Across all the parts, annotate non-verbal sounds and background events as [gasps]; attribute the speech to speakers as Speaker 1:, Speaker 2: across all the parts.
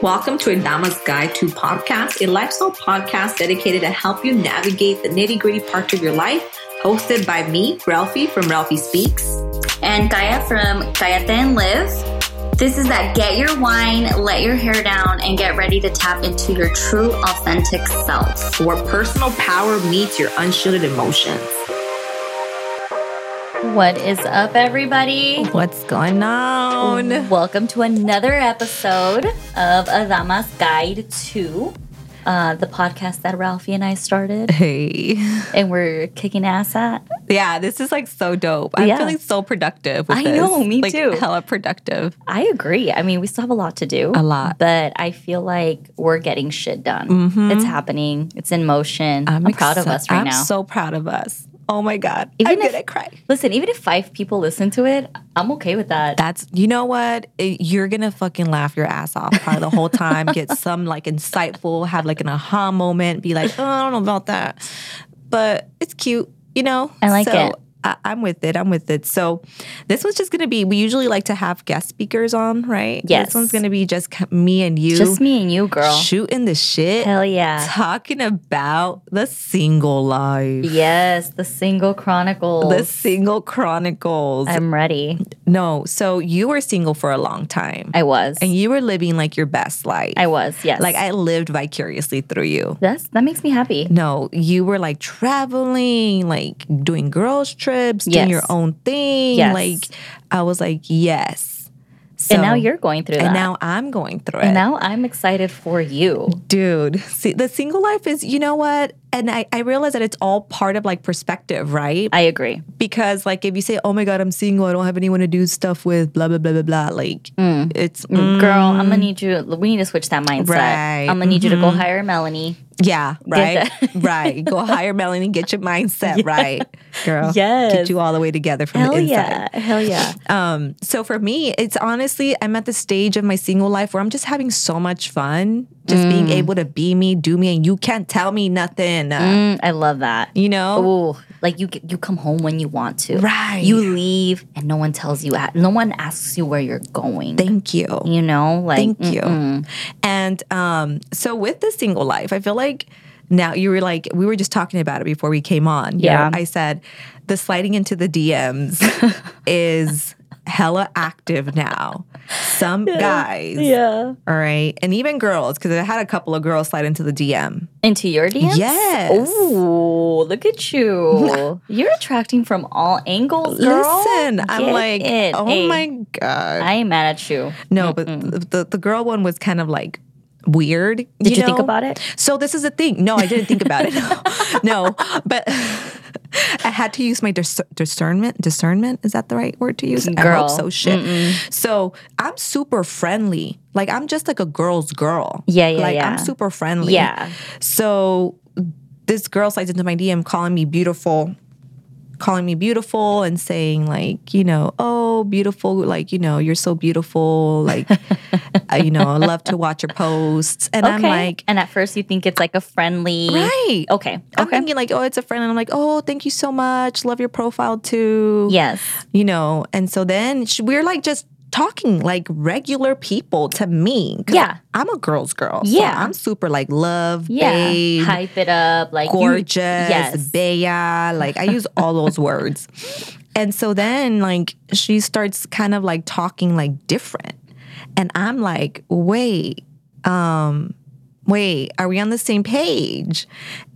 Speaker 1: Welcome to Indama's Guide to Podcast, a lifestyle podcast dedicated to help you navigate the nitty gritty parts of your life, hosted by me, Ralphie from Ralphie Speaks.
Speaker 2: and Gaia from Gaieta and Live. This is that get your wine, let your hair down, and get ready to tap into your true, authentic self.
Speaker 1: where personal power meets your unshielded emotions.
Speaker 2: What is up, everybody?
Speaker 1: What's going on?
Speaker 2: Welcome to another episode of Adama's Guide to uh, the podcast that Ralphie and
Speaker 1: [laughs]
Speaker 2: I started
Speaker 1: Hey.
Speaker 2: and we're kicking ass at.
Speaker 1: Yeah, this is like so dope. I'm
Speaker 2: Yeah.
Speaker 1: feeling so productive. With
Speaker 2: I
Speaker 1: this.
Speaker 2: know, me
Speaker 1: like,
Speaker 2: too.
Speaker 1: Hella productive.
Speaker 2: I agree. I mean, we still have a lot to do.
Speaker 1: A lot.
Speaker 2: But I feel like we're getting shit done. It's happening, it's in motion. I'm, proud of
Speaker 1: exci-
Speaker 2: us right
Speaker 1: I'm
Speaker 2: now.
Speaker 1: so proud of us. Oh my god,
Speaker 2: Even
Speaker 1: I'm
Speaker 2: if-
Speaker 1: gonna cry.
Speaker 2: Listen, even if five people listen to it, I'm okay with that.
Speaker 1: That's you know what It- you're gonna fucking laugh your ass off probably the whole time.
Speaker 2: [laughs]
Speaker 1: Get some like insightful, have like an aha moment. Be like, oh, I don't know about that, but it's cute. You know,
Speaker 2: I like
Speaker 1: so,
Speaker 2: it.
Speaker 1: I, I'm with it. I'm with it. So, this was just gonna be. We usually like to have guest speakers on, right?
Speaker 2: Yes.
Speaker 1: This one's gonna be just c- me and you,
Speaker 2: Just me and you, girl.
Speaker 1: shooting the shit.
Speaker 2: Hell yeah.
Speaker 1: talking about the single life,
Speaker 2: Yes, the single chronicles.
Speaker 1: the single chronicles.
Speaker 2: I'm ready.
Speaker 1: no, so you were single for a long time,
Speaker 2: I was.
Speaker 1: and you were living like your best life.
Speaker 2: I was, yes.
Speaker 1: like I lived vicariously through you.
Speaker 2: That's, that makes me happy.
Speaker 1: No, you were like traveling, like doing girls trips, doing
Speaker 2: Yes.
Speaker 1: your own thing.
Speaker 2: Yes.
Speaker 1: Like I was like, yes. So,
Speaker 2: and now you're going through that.
Speaker 1: and now I'm going through it.
Speaker 2: and now I'm excited for you.
Speaker 1: dude see the single life is you know what and I, I realize that it's all part of like perspective right
Speaker 2: I agree.
Speaker 1: because like if you say oh my god i'm single i don't have anyone to do stuff with blah blah blah blah blah like it's mm,
Speaker 2: Girl, I'm gonna need you. We need to switch that mindset.
Speaker 1: Right. Mm-hmm.
Speaker 2: I'm gonna need you to go hire Melanie.
Speaker 1: yeah right
Speaker 2: that.
Speaker 1: right
Speaker 2: [laughs]
Speaker 1: go hire melanie get your mindset right girl get
Speaker 2: Yes.
Speaker 1: you all the way together from
Speaker 2: Hell
Speaker 1: the inside
Speaker 2: yeah. Hell
Speaker 1: [sighs]
Speaker 2: yeah.
Speaker 1: Um, so for me, it's honestly, I'm at the stage of my single life where I'm just having so much fun, just being able to be me, do me, and you can't tell me nothing. uh,
Speaker 2: Mm, I love that.
Speaker 1: You know,
Speaker 2: Ooh, Oh, like you you come home when you want to.
Speaker 1: Right.
Speaker 2: You leave and no one tells you at no one asks you where you're going.
Speaker 1: thank you.
Speaker 2: you know, like mm,
Speaker 1: Thank you. And um, so with the single life, I feel like now you were like we were just talking about it before we came on. you
Speaker 2: Yeah.
Speaker 1: know? I said the sliding into the DMs
Speaker 2: [laughs]
Speaker 1: is hella active now. Some guys,
Speaker 2: Yeah.
Speaker 1: all right, and even girls, because I had a couple of girls slide into the DM.
Speaker 2: Into your DMs?
Speaker 1: Yes.
Speaker 2: Ooh, look
Speaker 1: [laughs]
Speaker 2: at you. You're attracting from all angles, girl.
Speaker 1: Listen, I'm
Speaker 2: Get
Speaker 1: like,
Speaker 2: it.
Speaker 1: oh
Speaker 2: Hey,
Speaker 1: my god,
Speaker 2: I ain't mad at you.
Speaker 1: no, but the, the the girl one was kind of like weird.
Speaker 2: Did you, think
Speaker 1: know?
Speaker 2: about it?
Speaker 1: So this is the thing. No, I didn't think about [laughs] it. no, but I had to use my dis- discernment. Discernment is that the right word to use? I
Speaker 2: Girl.
Speaker 1: hope so. Shit. So I'm super friendly. Like I'm just like a girl's girl.
Speaker 2: Yeah, yeah,
Speaker 1: Like
Speaker 2: yeah.
Speaker 1: I'm super friendly.
Speaker 2: Yeah.
Speaker 1: So this girl slides into my DM calling me beautiful, calling me beautiful and saying like, you know, oh, beautiful, like, you know, you're so beautiful, [laughs] like, uh, you know, I love to watch your posts. And I'm
Speaker 2: okay.
Speaker 1: like,
Speaker 2: and at first you think it's like a friendly.
Speaker 1: right.
Speaker 2: Okay.
Speaker 1: I'm
Speaker 2: Okay.
Speaker 1: thinking like, oh, it's a friend. And I'm like, oh, thank you so much. Love your profile too.
Speaker 2: Yes.
Speaker 1: You know, and so then sh- we're like just talking like regular people to me. 'Cause
Speaker 2: Yeah.
Speaker 1: I'm a girl's girl. so
Speaker 2: Yeah.
Speaker 1: I'm super like love,
Speaker 2: Yeah.
Speaker 1: babe,
Speaker 2: Hype it up. Like you-
Speaker 1: gorgeous,
Speaker 2: yes.
Speaker 1: bella. Like I use all
Speaker 2: [laughs]
Speaker 1: those words. And so then like she starts kind of like talking like different. And I'm like, wait, um, wait, are we on the same page?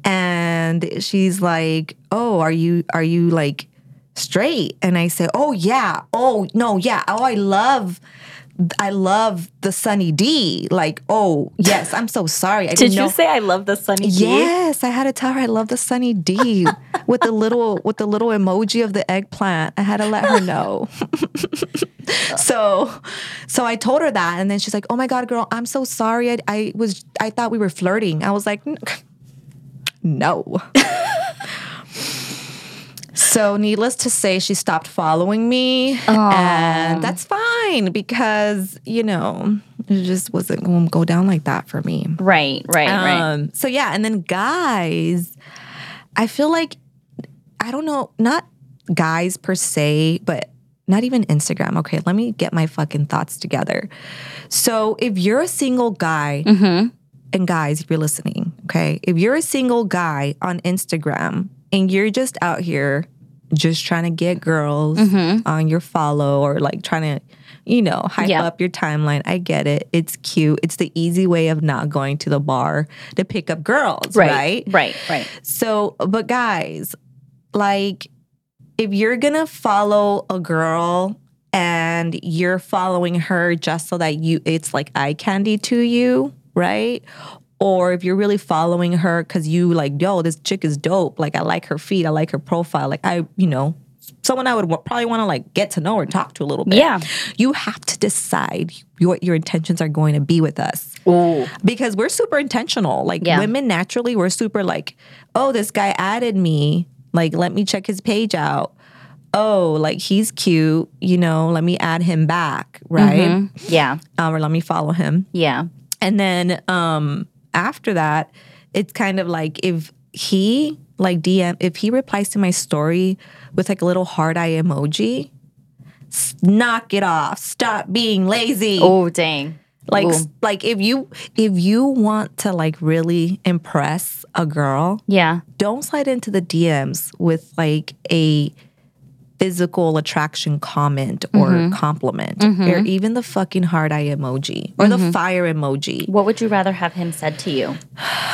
Speaker 1: And she's like, Oh, are you are you like straight? And I say, Oh yeah, oh no, yeah. Oh, I love I love the Sunny D. Like, oh yes, I'm so sorry. I
Speaker 2: Did
Speaker 1: didn't know
Speaker 2: you say I love the sunny D?
Speaker 1: Yes, I had to tell her I love the Sunny D with the little with the little emoji of the eggplant. I had to let her know. [laughs] so, so I told her that, and then she's like, "Oh my god, girl, I'm so sorry. I, I was I thought we were flirting." I was like, "N- [laughs] "No." [laughs] so, needless to say, she stopped following me, and that's fine because you know it just wasn't going to go down like that for me.
Speaker 2: Right, right, right.
Speaker 1: Um, so yeah, and then guys, I feel like I don't know, not guys per se, but not even Instagram. Okay, let me get my fucking thoughts together. So if you're a single guy,
Speaker 2: Mm-hmm,
Speaker 1: and guys, if you're listening, okay, if you're a single guy on Instagram and you're just out here just trying to get girls
Speaker 2: mm-hmm.
Speaker 1: on your follow or like trying to, you know, hype
Speaker 2: Yeah.
Speaker 1: up your timeline, I get it. It's cute. It's the easy way of not going to the bar to pick up girls, right?
Speaker 2: Right. Right.
Speaker 1: So, but guys, like if you're gonna follow a girl and you're following her just so that you it's like eye candy to you, right? Or if you're really following her because you like, yo, this chick is dope. Like, I like her feet. I like her profile. Like, I, you know, someone I would wa- probably want to like get to know or talk to a little bit.
Speaker 2: Yeah.
Speaker 1: You have to decide what your intentions are going to be with us
Speaker 2: Ooh.
Speaker 1: because we're super intentional. Like
Speaker 2: Yeah.
Speaker 1: women naturally, we're super like, oh, this guy added me. Like, let me check his page out. Oh, like he's cute. You know, let me add him back, right?
Speaker 2: Mm-hmm. Yeah.
Speaker 1: Uh, or let me follow him.
Speaker 2: Yeah.
Speaker 1: And then um, after that, it's kind of like if he like DM if he replies to my story with like a little hard eye emoji, s- knock it off. Stop being lazy
Speaker 2: Oh dang.
Speaker 1: like
Speaker 2: Ooh.
Speaker 1: s- like if you if you want to like really impress a girl
Speaker 2: Yeah.
Speaker 1: don't slide into the dms with like a physical attraction comment or
Speaker 2: Mm-hmm.
Speaker 1: compliment or even the fucking hard eye emoji or
Speaker 2: Mm-hmm.
Speaker 1: the fire emoji
Speaker 2: What would you rather have him said to you?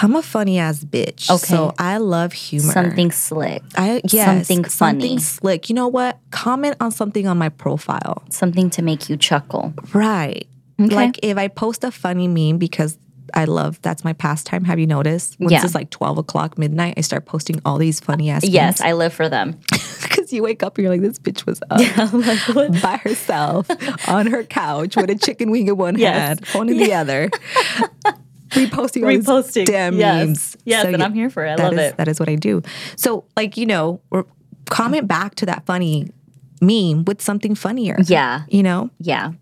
Speaker 1: i'm a funny ass bitch so
Speaker 2: Okay.
Speaker 1: i love humor
Speaker 2: Something slick.
Speaker 1: I, yes,
Speaker 2: something funny.
Speaker 1: slick. You know what? Comment on something on my profile.
Speaker 2: Something to make you chuckle.
Speaker 1: Right.
Speaker 2: Okay.
Speaker 1: Like if I post a funny meme because I love that's my pastime. Have you noticed? Once
Speaker 2: Yeah.
Speaker 1: it's like twelve o'clock midnight, I start posting all these funny ass. [laughs]
Speaker 2: Yes, I live for them.
Speaker 1: because you wake up and you're like, this bitch was
Speaker 2: [laughs]
Speaker 1: up by herself on her couch
Speaker 2: [laughs]
Speaker 1: with a chicken wing in one
Speaker 2: Yes.
Speaker 1: hand, phone in the
Speaker 2: [laughs]
Speaker 1: other, reposting, all
Speaker 2: Reposting.
Speaker 1: these damn
Speaker 2: Yes.
Speaker 1: memes.
Speaker 2: Yes, and
Speaker 1: yeah,
Speaker 2: I'm here for it. I
Speaker 1: that
Speaker 2: love
Speaker 1: is-
Speaker 2: it.
Speaker 1: That is what I do. So like you know, or comment back to that funny meme with something funnier.
Speaker 2: Yeah.
Speaker 1: You know,
Speaker 2: Yeah.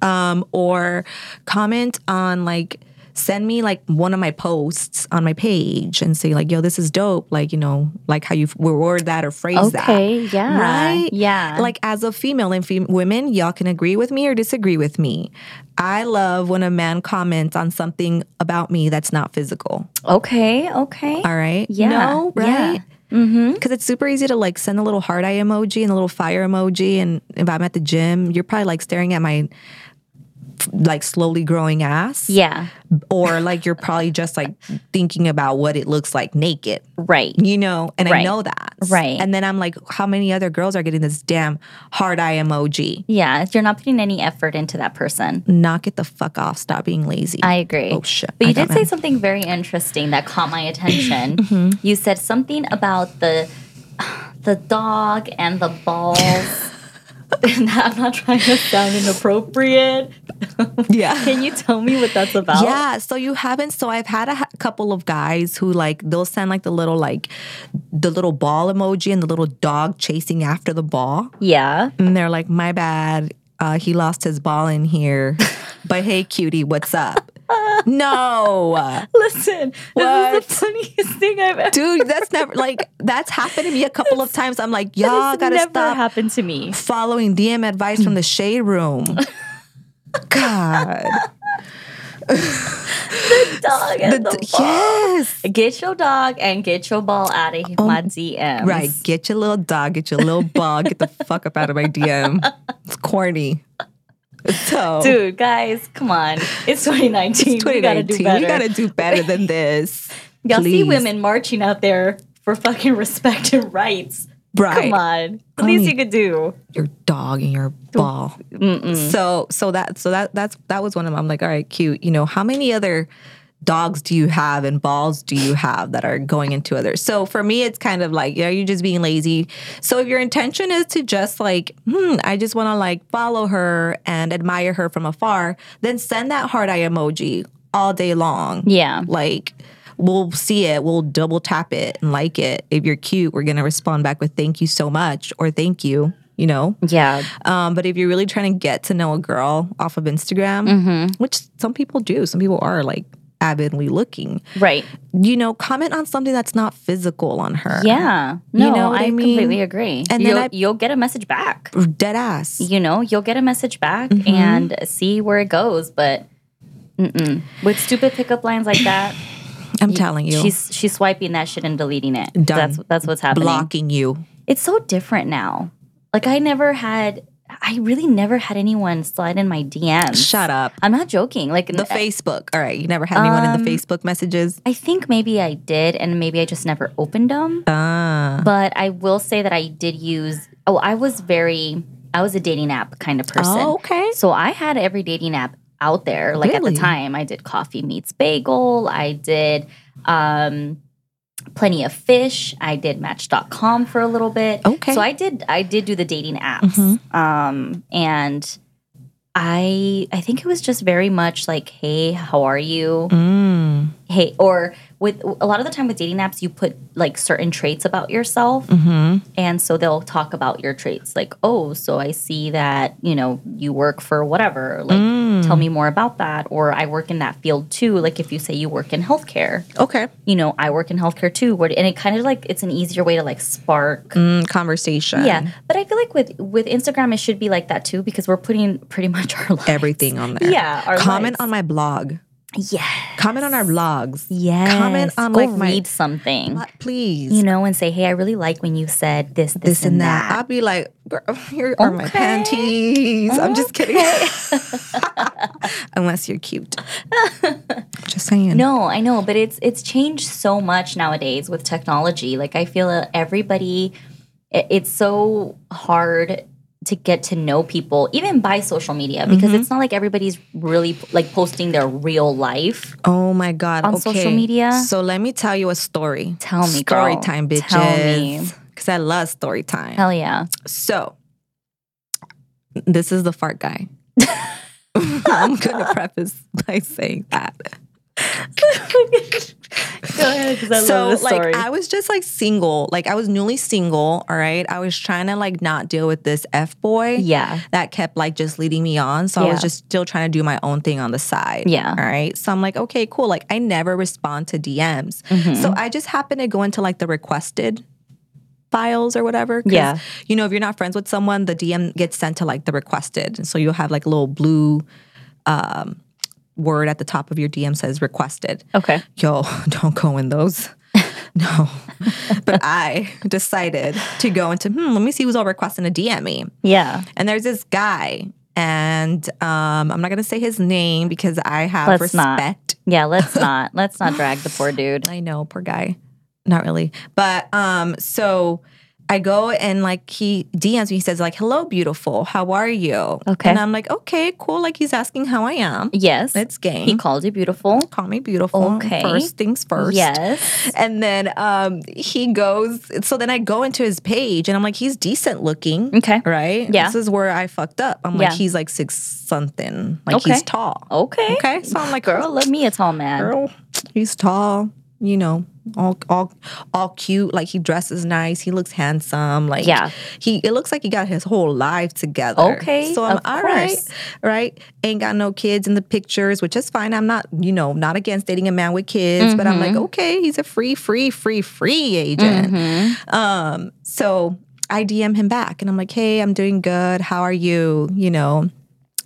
Speaker 1: um, or comment on like send me like one of my posts on my page and say like yo this is dope like you know like how you reward that or phrase
Speaker 2: Okay.
Speaker 1: that
Speaker 2: Yeah.
Speaker 1: right
Speaker 2: Yeah.
Speaker 1: like as a female and fem- women y'all can agree with me or disagree with me i love when a man comments on something about me that's not physical
Speaker 2: Okay. Okay.
Speaker 1: all right
Speaker 2: Yeah,
Speaker 1: no
Speaker 2: yeah. Mm-hmm.
Speaker 1: right because it's super easy to like send a little heart eye emoji and a little fire emoji and if i'm at the gym you're probably like staring at my f- like slowly growing ass
Speaker 2: Yeah.
Speaker 1: or like you're probably just like thinking about what it looks like naked
Speaker 2: Right.
Speaker 1: you know and i
Speaker 2: Right.
Speaker 1: know that
Speaker 2: Right.
Speaker 1: and then i'm like how many other girls are getting this damn hard eye emoji
Speaker 2: Yeah. You're not putting any effort into that person.
Speaker 1: knock it the fuck off stop being lazy
Speaker 2: I agree.
Speaker 1: oh shit
Speaker 2: But you
Speaker 1: I got
Speaker 2: did say something very interesting that caught my attention. You said something about the [sighs] the dog and the balls. [laughs] And I'm not trying to sound inappropriate.
Speaker 1: mad. [laughs] yeah
Speaker 2: Can you tell me what that's about?
Speaker 1: Yeah, so you haven't. So I've had a ha- couple of guys who like they'll send like the little like the little ball emoji and the little dog chasing after the ball,
Speaker 2: Yeah.
Speaker 1: and they're like, "My bad, uh, he lost his ball in here, but hey, cutie, what's up?" no,
Speaker 2: Listen,
Speaker 1: What?
Speaker 2: this is the funniest thing I've ever.
Speaker 1: dude, that's never like that's happened to me a couple of times. I'm like, y'all
Speaker 2: This
Speaker 1: gotta
Speaker 2: never
Speaker 1: stop
Speaker 2: happened to me.
Speaker 1: following DM advice from the shade room. God,
Speaker 2: Dog and
Speaker 1: The-
Speaker 2: the,
Speaker 1: d-
Speaker 2: ball.
Speaker 1: yes.
Speaker 2: Get your dog and get your ball out of my DMs.
Speaker 1: Right. Get your little dog, get your little ball, get the fuck up out of my DM. It's corny. So
Speaker 2: Dude, guys, come on. It's 2019. We gotta do better.
Speaker 1: you gotta do better
Speaker 2: [laughs]
Speaker 1: than this.
Speaker 2: Y'all
Speaker 1: Please.
Speaker 2: see women marching out there for fucking respect and rights.
Speaker 1: Right.
Speaker 2: Come on. The least
Speaker 1: Honey.
Speaker 2: you could do.
Speaker 1: Your dog and your ball. So so that so that that's that was one of them. I'm like, all right, cute. You know, how many other dogs do you have and balls do you have that are going into others? So for me, it's kind of like, yeah, you're just being lazy. So if your intention is to just like, hmm, I just want to like follow her and admire her from afar, then send that heart eye emoji all day long.
Speaker 2: Yeah.
Speaker 1: Like we'll see it, we'll double tap it and like it. If you're cute, we're gonna respond back with thank you so much or thank you, you know?
Speaker 2: Yeah.
Speaker 1: Um, but if you're
Speaker 2: Mm-hmm.
Speaker 1: really trying to get to know a girl off of Instagram, which some people do, some people are like avidly looking.
Speaker 2: Right.
Speaker 1: You know, comment on something that's not physical on her.
Speaker 2: Yeah. No,
Speaker 1: know what
Speaker 2: I,
Speaker 1: I mean?
Speaker 2: completely agree.
Speaker 1: And then
Speaker 2: you'll,
Speaker 1: I-
Speaker 2: you'll get a message back. Mm-hmm.
Speaker 1: Dead ass.
Speaker 2: You know, you'll get a message back and see where it goes. But mm-mm. with stupid pickup lines like [coughs] that,
Speaker 1: I'm telling you.
Speaker 2: she's she's swiping that shit and deleting it.
Speaker 1: Done.
Speaker 2: That's that's what's happening.
Speaker 1: blocking you.
Speaker 2: It's so different now. Like I never had. I really never had anyone slide in my DMs.
Speaker 1: Shut up.
Speaker 2: I'm not joking. Like
Speaker 1: The Facebook. All right. You never had anyone in the
Speaker 2: Um,
Speaker 1: Facebook messages?
Speaker 2: I think maybe I did, and maybe I just never opened them.
Speaker 1: Ah.
Speaker 2: But I will say that I did use. Oh, I was very. I was a dating app kind of person.
Speaker 1: Oh, okay.
Speaker 2: So I had every dating app out there. Like at
Speaker 1: Really?
Speaker 2: the time, I did Coffee Meets Bagel. I did um, Plenty of Fish. I did Match.com for a little bit.
Speaker 1: Okay. Mm-hmm.
Speaker 2: So I did. I did do the dating apps. Um, and I I think it was just very much like, hey, how are you?
Speaker 1: Mm.
Speaker 2: hey or with a lot of the time with dating apps you put like certain traits about yourself
Speaker 1: mm-hmm.
Speaker 2: and so they'll talk about your traits like oh so i see that you know you work for whatever like
Speaker 1: Mm.
Speaker 2: tell me more about that or i work in that field too like if you say you work in healthcare
Speaker 1: Okay.
Speaker 2: you know i work in healthcare too what and it kind of like it's an easier way to like spark
Speaker 1: Mm, conversation.
Speaker 2: yeah but i feel like with with instagram it should be like that too because we're putting pretty much our lives.
Speaker 1: Everything on there.
Speaker 2: Yeah, our
Speaker 1: Comment
Speaker 2: lives.
Speaker 1: on my blog.
Speaker 2: yeah
Speaker 1: Comment on our blogs.
Speaker 2: yeah
Speaker 1: Comment on
Speaker 2: Go
Speaker 1: like my
Speaker 2: read something
Speaker 1: please.
Speaker 2: you know, and say, "Hey, I really like when you said this, this,
Speaker 1: this and that. I'll be like, girl, [laughs] here are my
Speaker 2: Okay.
Speaker 1: panties. I'm just kidding. [laughs]
Speaker 2: [laughs]
Speaker 1: Unless you're cute. just saying.
Speaker 2: No, I know, but it's it's changed so much nowadays with technology. Like I feel that everybody, i- it's so hard to get to know people, even by social media, because it's not like everybody's really like posting their real life.
Speaker 1: Oh my God.
Speaker 2: On
Speaker 1: okay.
Speaker 2: social media?
Speaker 1: So let me tell you a story.
Speaker 2: Tell me,
Speaker 1: Story
Speaker 2: girl.
Speaker 1: time, bitches.
Speaker 2: Tell me.
Speaker 1: Because I love story time.
Speaker 2: Hell [laughs] yeah,
Speaker 1: So, this is the fart
Speaker 2: [laughs]
Speaker 1: guy. [laughs] I'm going to preface by saying that.
Speaker 2: go ahead. Cause I
Speaker 1: so like I was just like single, like I was newly single. All right, I was trying to like not deal with this f boy.
Speaker 2: yeah,
Speaker 1: That kept like just leading me on. So I
Speaker 2: Yeah.
Speaker 1: was just still trying to do my own thing on the side.
Speaker 2: Yeah.
Speaker 1: All right. So I'm like, okay, cool. Like I never respond to DMs.
Speaker 2: Mm-hmm.
Speaker 1: So I just happened to go into like the requested files or whatever. 'cause,
Speaker 2: Yeah.
Speaker 1: You know, if you're not friends with someone, the DM gets sent to like the requested. And so you'll have like a little blue um, word at the top of your DM says requested
Speaker 2: okay,
Speaker 1: yo, [laughs] don't go in
Speaker 2: [laughs]
Speaker 1: those. no. but I decided to go into, hmm, let me see who's all requesting a DM me.
Speaker 2: yeah.
Speaker 1: And there's this guy, and um, I'm not going to say his name because I have
Speaker 2: Let's not.
Speaker 1: respect.
Speaker 2: Yeah, let's [laughs] not let's not drag the poor dude.
Speaker 1: I know, poor guy. Not really. But um, so I go and like he DMs me, he says, like, hello, beautiful, how are you?
Speaker 2: Okay.
Speaker 1: And I'm like, okay, cool. Like he's asking how I am.
Speaker 2: Yes,
Speaker 1: It's game.
Speaker 2: he called you beautiful.
Speaker 1: Call me beautiful.
Speaker 2: Okay.
Speaker 1: First things first.
Speaker 2: Yes.
Speaker 1: And then um, he goes. So then I go into his page, and I'm like, he's decent looking,
Speaker 2: Okay.
Speaker 1: right?
Speaker 2: Mm-hmm. Yeah.
Speaker 1: This is where I fucked up. I'm
Speaker 2: Yeah.
Speaker 1: like, he's like six something. Like
Speaker 2: Okay.
Speaker 1: he's tall.
Speaker 2: Okay.
Speaker 1: Okay. So I'm like,
Speaker 2: Girl, let me a tall man.
Speaker 1: girl, he's tall. You know, all all all cute. Like he dresses nice. He looks handsome. Like
Speaker 2: Yeah.
Speaker 1: he it looks like he got his whole life together.
Speaker 2: Okay,
Speaker 1: so I'm
Speaker 2: of
Speaker 1: all right,
Speaker 2: course.
Speaker 1: right. Ain't got no kids in the pictures, which is fine. I'm not you know not against dating a man with kids, but I'm like
Speaker 2: Mm-hmm.
Speaker 1: okay, he's a free, free, free, free agent.
Speaker 2: Mm-hmm.
Speaker 1: Um, so I DM him back and I'm like, hey, I'm doing good. How are you? You know.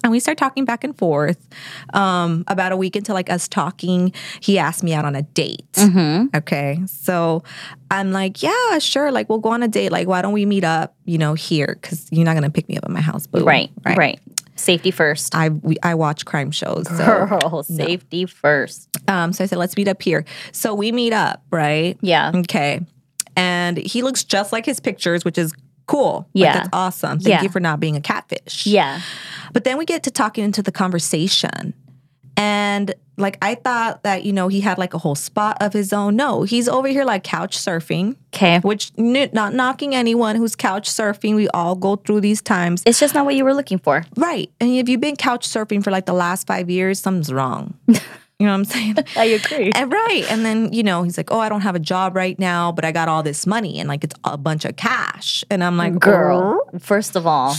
Speaker 1: And we start talking back and forth. Um, about a week into like us talking, he asked me out on a date.
Speaker 2: Mm-hmm.
Speaker 1: Okay. So I'm like, yeah, sure. Like, we'll go on a date. Like, why don't we meet up, you know, here? Because you're not going to pick me up at my house. Boo.
Speaker 2: Right, right. Safety first.
Speaker 1: I, we, I watch crime shows. So,
Speaker 2: [laughs] Girl, safety first.
Speaker 1: um, so I said, let's meet up here. So we meet up, right?
Speaker 2: Yeah.
Speaker 1: Okay. And he looks just like his pictures, which is cool. Like,
Speaker 2: Yeah.
Speaker 1: that's awesome. Thank
Speaker 2: Yeah.
Speaker 1: you for not being a catfish.
Speaker 2: Yeah.
Speaker 1: But then we get to talking into the conversation. And like I thought that, you know, he had like a whole spot of his own. No, he's over here like couch surfing,
Speaker 2: Okay.
Speaker 1: which n- not knocking anyone who's couch surfing. We all go through these times.
Speaker 2: It's just not what you were looking for.
Speaker 1: Right. And if you've been couch surfing for like the last five years, something's wrong. you know what I'm saying?
Speaker 2: I agree.
Speaker 1: And right. And then, you know, he's like, oh, I don't have a job right now, but I got all this money and like it's a bunch of cash. And I'm like,
Speaker 2: Girl, first of all,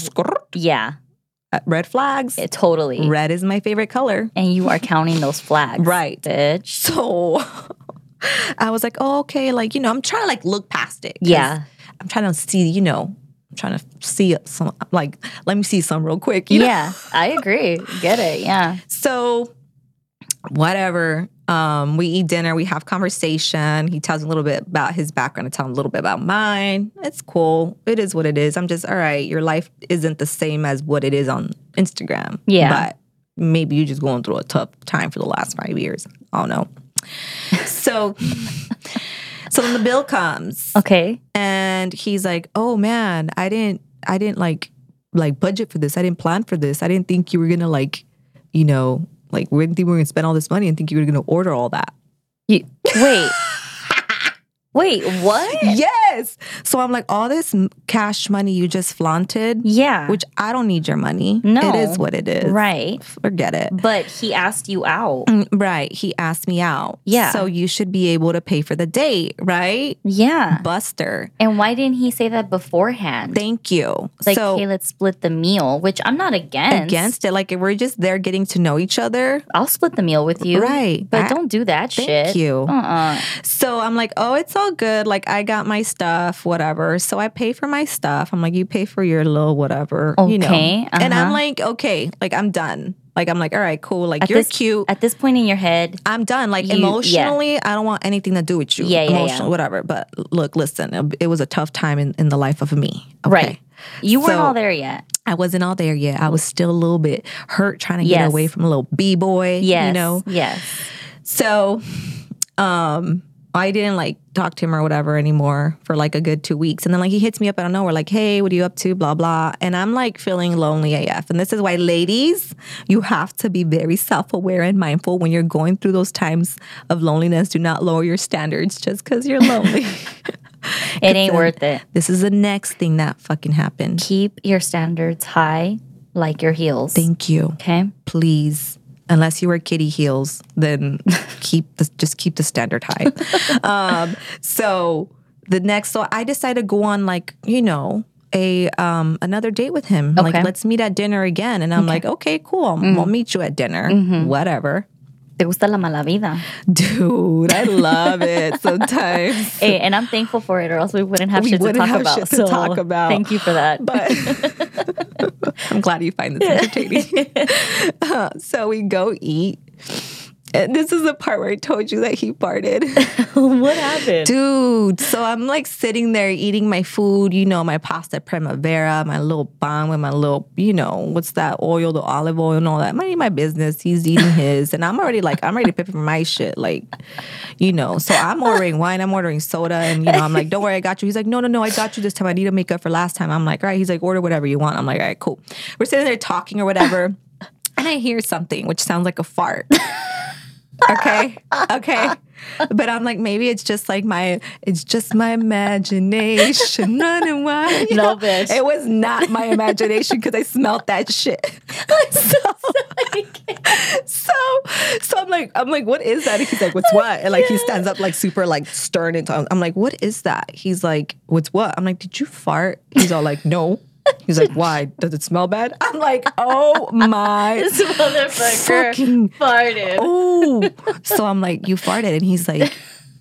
Speaker 2: yeah.
Speaker 1: uh, red flags.
Speaker 2: It, totally.
Speaker 1: Red is my favorite color.
Speaker 2: And you are counting those flags.
Speaker 1: Right.
Speaker 2: Bitch.
Speaker 1: So [laughs] I was like, oh, okay, like, you know, I'm trying to like look past it. 'cause
Speaker 2: Yeah.
Speaker 1: I'm trying to see, you know, I'm trying to see some, like, let me see some real quick. You know?
Speaker 2: Yeah. I agree. Get it. Yeah.
Speaker 1: So, whatever. Um, we eat dinner, we have conversation. He tells me a little bit about his background. I tell him a little bit about mine. It's cool. It is what it is. I'm just, all right, your life isn't the same as what it is on Instagram.
Speaker 2: Yeah.
Speaker 1: But maybe you're just going through a tough time for the last five years. I don't know. So, [laughs] so then the bill comes
Speaker 2: Okay.
Speaker 1: and he's like oh man i didn't i didn't like like budget for this i didn't plan for this i didn't think you were gonna like you know like we didn't think we were gonna spend all this money and think you were gonna order all that
Speaker 2: You, wait. wait.
Speaker 1: [laughs]
Speaker 2: What?
Speaker 1: yes so i'm like all this m- cash money you just flaunted
Speaker 2: Yeah.
Speaker 1: which i don't need your money
Speaker 2: No.
Speaker 1: it is what it is
Speaker 2: right.
Speaker 1: forget it
Speaker 2: But he asked you out.
Speaker 1: Mm, right he asked me out
Speaker 2: Yeah.
Speaker 1: so you should be able to pay for the date right
Speaker 2: Yeah.
Speaker 1: buster
Speaker 2: And why didn't he say that beforehand?
Speaker 1: thank you
Speaker 2: like,
Speaker 1: so
Speaker 2: hey, let's split the meal, which I'm not against.
Speaker 1: against it like we're just there getting to know each other
Speaker 2: I'll split the meal with you.
Speaker 1: Right.
Speaker 2: But
Speaker 1: I-
Speaker 2: don't do that
Speaker 1: Thank
Speaker 2: shit.
Speaker 1: you.
Speaker 2: Uh-uh.
Speaker 1: So I'm like, oh, it's all good. Like I got my stuff, whatever. So I pay for my stuff. I'm like, you pay for your little whatever, you know.
Speaker 2: Okay,
Speaker 1: And I'm
Speaker 2: uh-huh.
Speaker 1: like, okay, like I'm done. Like I'm like, all right, cool. Like
Speaker 2: At
Speaker 1: you're
Speaker 2: this-
Speaker 1: cute.
Speaker 2: At this point in your head,
Speaker 1: I'm done. Like
Speaker 2: You- yeah.
Speaker 1: emotionally, I don't want anything to do with you.
Speaker 2: Yeah, yeah, yeah.
Speaker 1: Emotional, whatever. But look, listen, it was a tough time in, in the life of me. Okay?
Speaker 2: Right. you weren't
Speaker 1: So-
Speaker 2: all there yet.
Speaker 1: I wasn't all there yet. I was still a little bit hurt trying to get
Speaker 2: Yes.
Speaker 1: away from a little B boy.
Speaker 2: Yes.
Speaker 1: You know?
Speaker 2: Yes.
Speaker 1: So um I didn't like talk to him or whatever anymore for like a good two weeks. And then like he hits me up out of nowhere, like, hey, what are you up to? Blah blah. And I'm like feeling lonely AF. And this is why, ladies, you have to be very self-aware and mindful when you're going through those times of loneliness. Do not lower your standards just because you're lonely.
Speaker 2: It ain't worth it.
Speaker 1: this is the next thing that fucking happened.
Speaker 2: Keep your standards high like your heels.
Speaker 1: Thank you.
Speaker 2: okay.
Speaker 1: please unless you wear kitty heels then [laughs] keep the just keep the standard high um, so the next so i decided to go on like you know a um another date with him
Speaker 2: Okay.
Speaker 1: like let's meet at dinner again and i'm like okay cool i'll I'll meet you at dinner whatever
Speaker 2: Te gusta la mala
Speaker 1: [laughs]
Speaker 2: vida.
Speaker 1: dude i love it
Speaker 2: [laughs]
Speaker 1: sometimes
Speaker 2: Hey, and I'm thankful for it, or else we wouldn't have
Speaker 1: We
Speaker 2: shit
Speaker 1: wouldn't
Speaker 2: to talk
Speaker 1: have
Speaker 2: about.
Speaker 1: shit to
Speaker 2: So,
Speaker 1: talk about.
Speaker 2: Thank you for that.
Speaker 1: [laughs] but I'm glad you find this entertaining. Uh, so we go eat. And this is the part where I told you that he farted. [laughs]
Speaker 2: what happened? [laughs]
Speaker 1: Dude, so I'm like sitting there eating my food, you know, my pasta primavera, my little bun with my little, you know, what's that oil, the olive oil and all that. Minding my business. He's eating his. And I'm already like, I'm ready to pay for my shit. Like, you know, so I'm ordering wine, I'm ordering soda. And, you know, I'm like, don't worry, I got you. He's like, no, no, no, I got you this time. I need to make up for last time. I'm like, all right. He's like, order whatever you want. I'm like, all right, cool. We're sitting there talking or whatever. And I hear something, which sounds like a fart [laughs] okay okay but i'm like maybe it's just like my it's just my imagination [laughs] running wild You
Speaker 2: No, bitch.
Speaker 1: it was not my imagination because i smelled that shit [laughs] so, so so i'm like i'm like what is that and he's like what's what and like he stands up like super like stern and tall. i'm like what is that he's like what's what i'm like did you fart he's all like no He's like, why? Does it smell bad? I'm like, oh my
Speaker 2: This motherfucker
Speaker 1: Fucking-
Speaker 2: [laughs] farted.
Speaker 1: oh so i'm like you farted and he's like